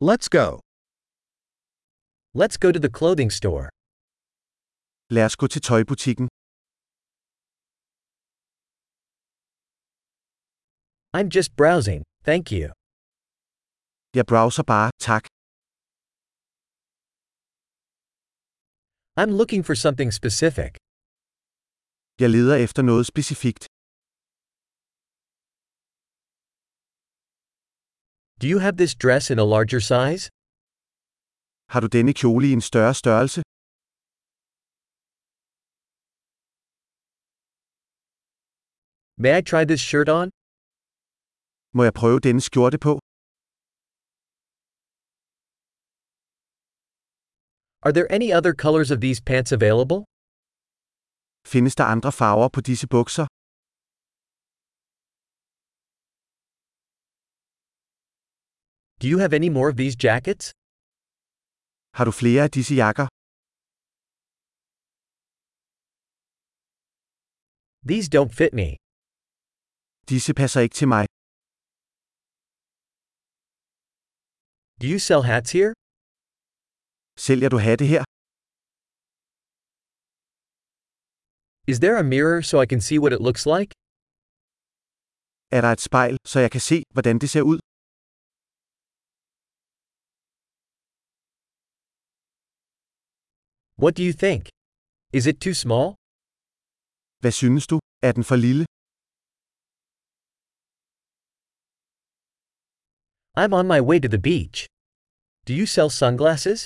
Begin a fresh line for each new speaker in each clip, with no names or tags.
Let's go.
Let's go to the clothing store.
Lad os gå til tøjbutikken.
I'm just browsing, thank you.
Jeg browser bare, tak.
I'm looking for something specific.
Jeg leder efter noget specifikt.
Do you have this dress in a larger size?
Har du denne kjole i en større størrelse?
May I try this shirt on?
Må jeg prøve denne skjorte på?
Are there any other colors of these pants available?
Findes der andre farver på disse bukser?
Do you have any more of these jackets?
Har du flere af disse jakker?
These don't fit me.
Disse passer ikke til mig.
Do you sell hats here?
Sælger du hatte her?
Is there a mirror so I can see what it looks like?
Er der et spejl, så jeg kan se, hvordan det ser ud?
What do you think? Is it too small?
Hvad synes du? Er den for lille?
I'm on my way to the beach. Do you sell sunglasses?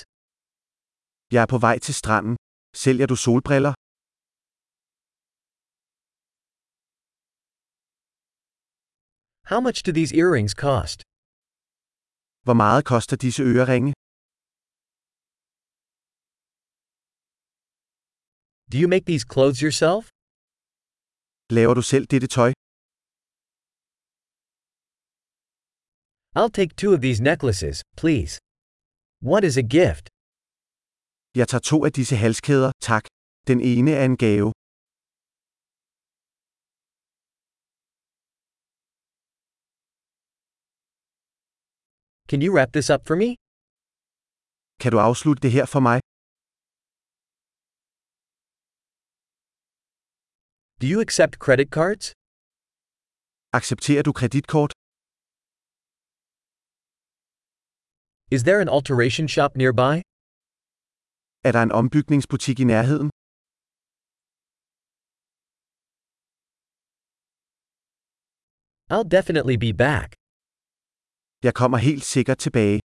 Jeg er på vej til stranden. Sælger du solbriller?
How much do these earrings cost?
Hvor meget koster disse øreringe?
Do you make these clothes yourself?
Laver du selv dette tøj?
I'll take two of these necklaces, please. One is a gift.
Jeg tager to af disse halskæder, tak. Den ene er en gave.
Can you wrap this up for me?
Kan du afslutte det her for mig?
Do you accept credit cards?
Accepterer du kreditkort?
Is there an alteration shop nearby?
Er der en ombygningsbutik i nærheden?
I'll definitely be back.
Jeg kommer helt sikkert tilbage.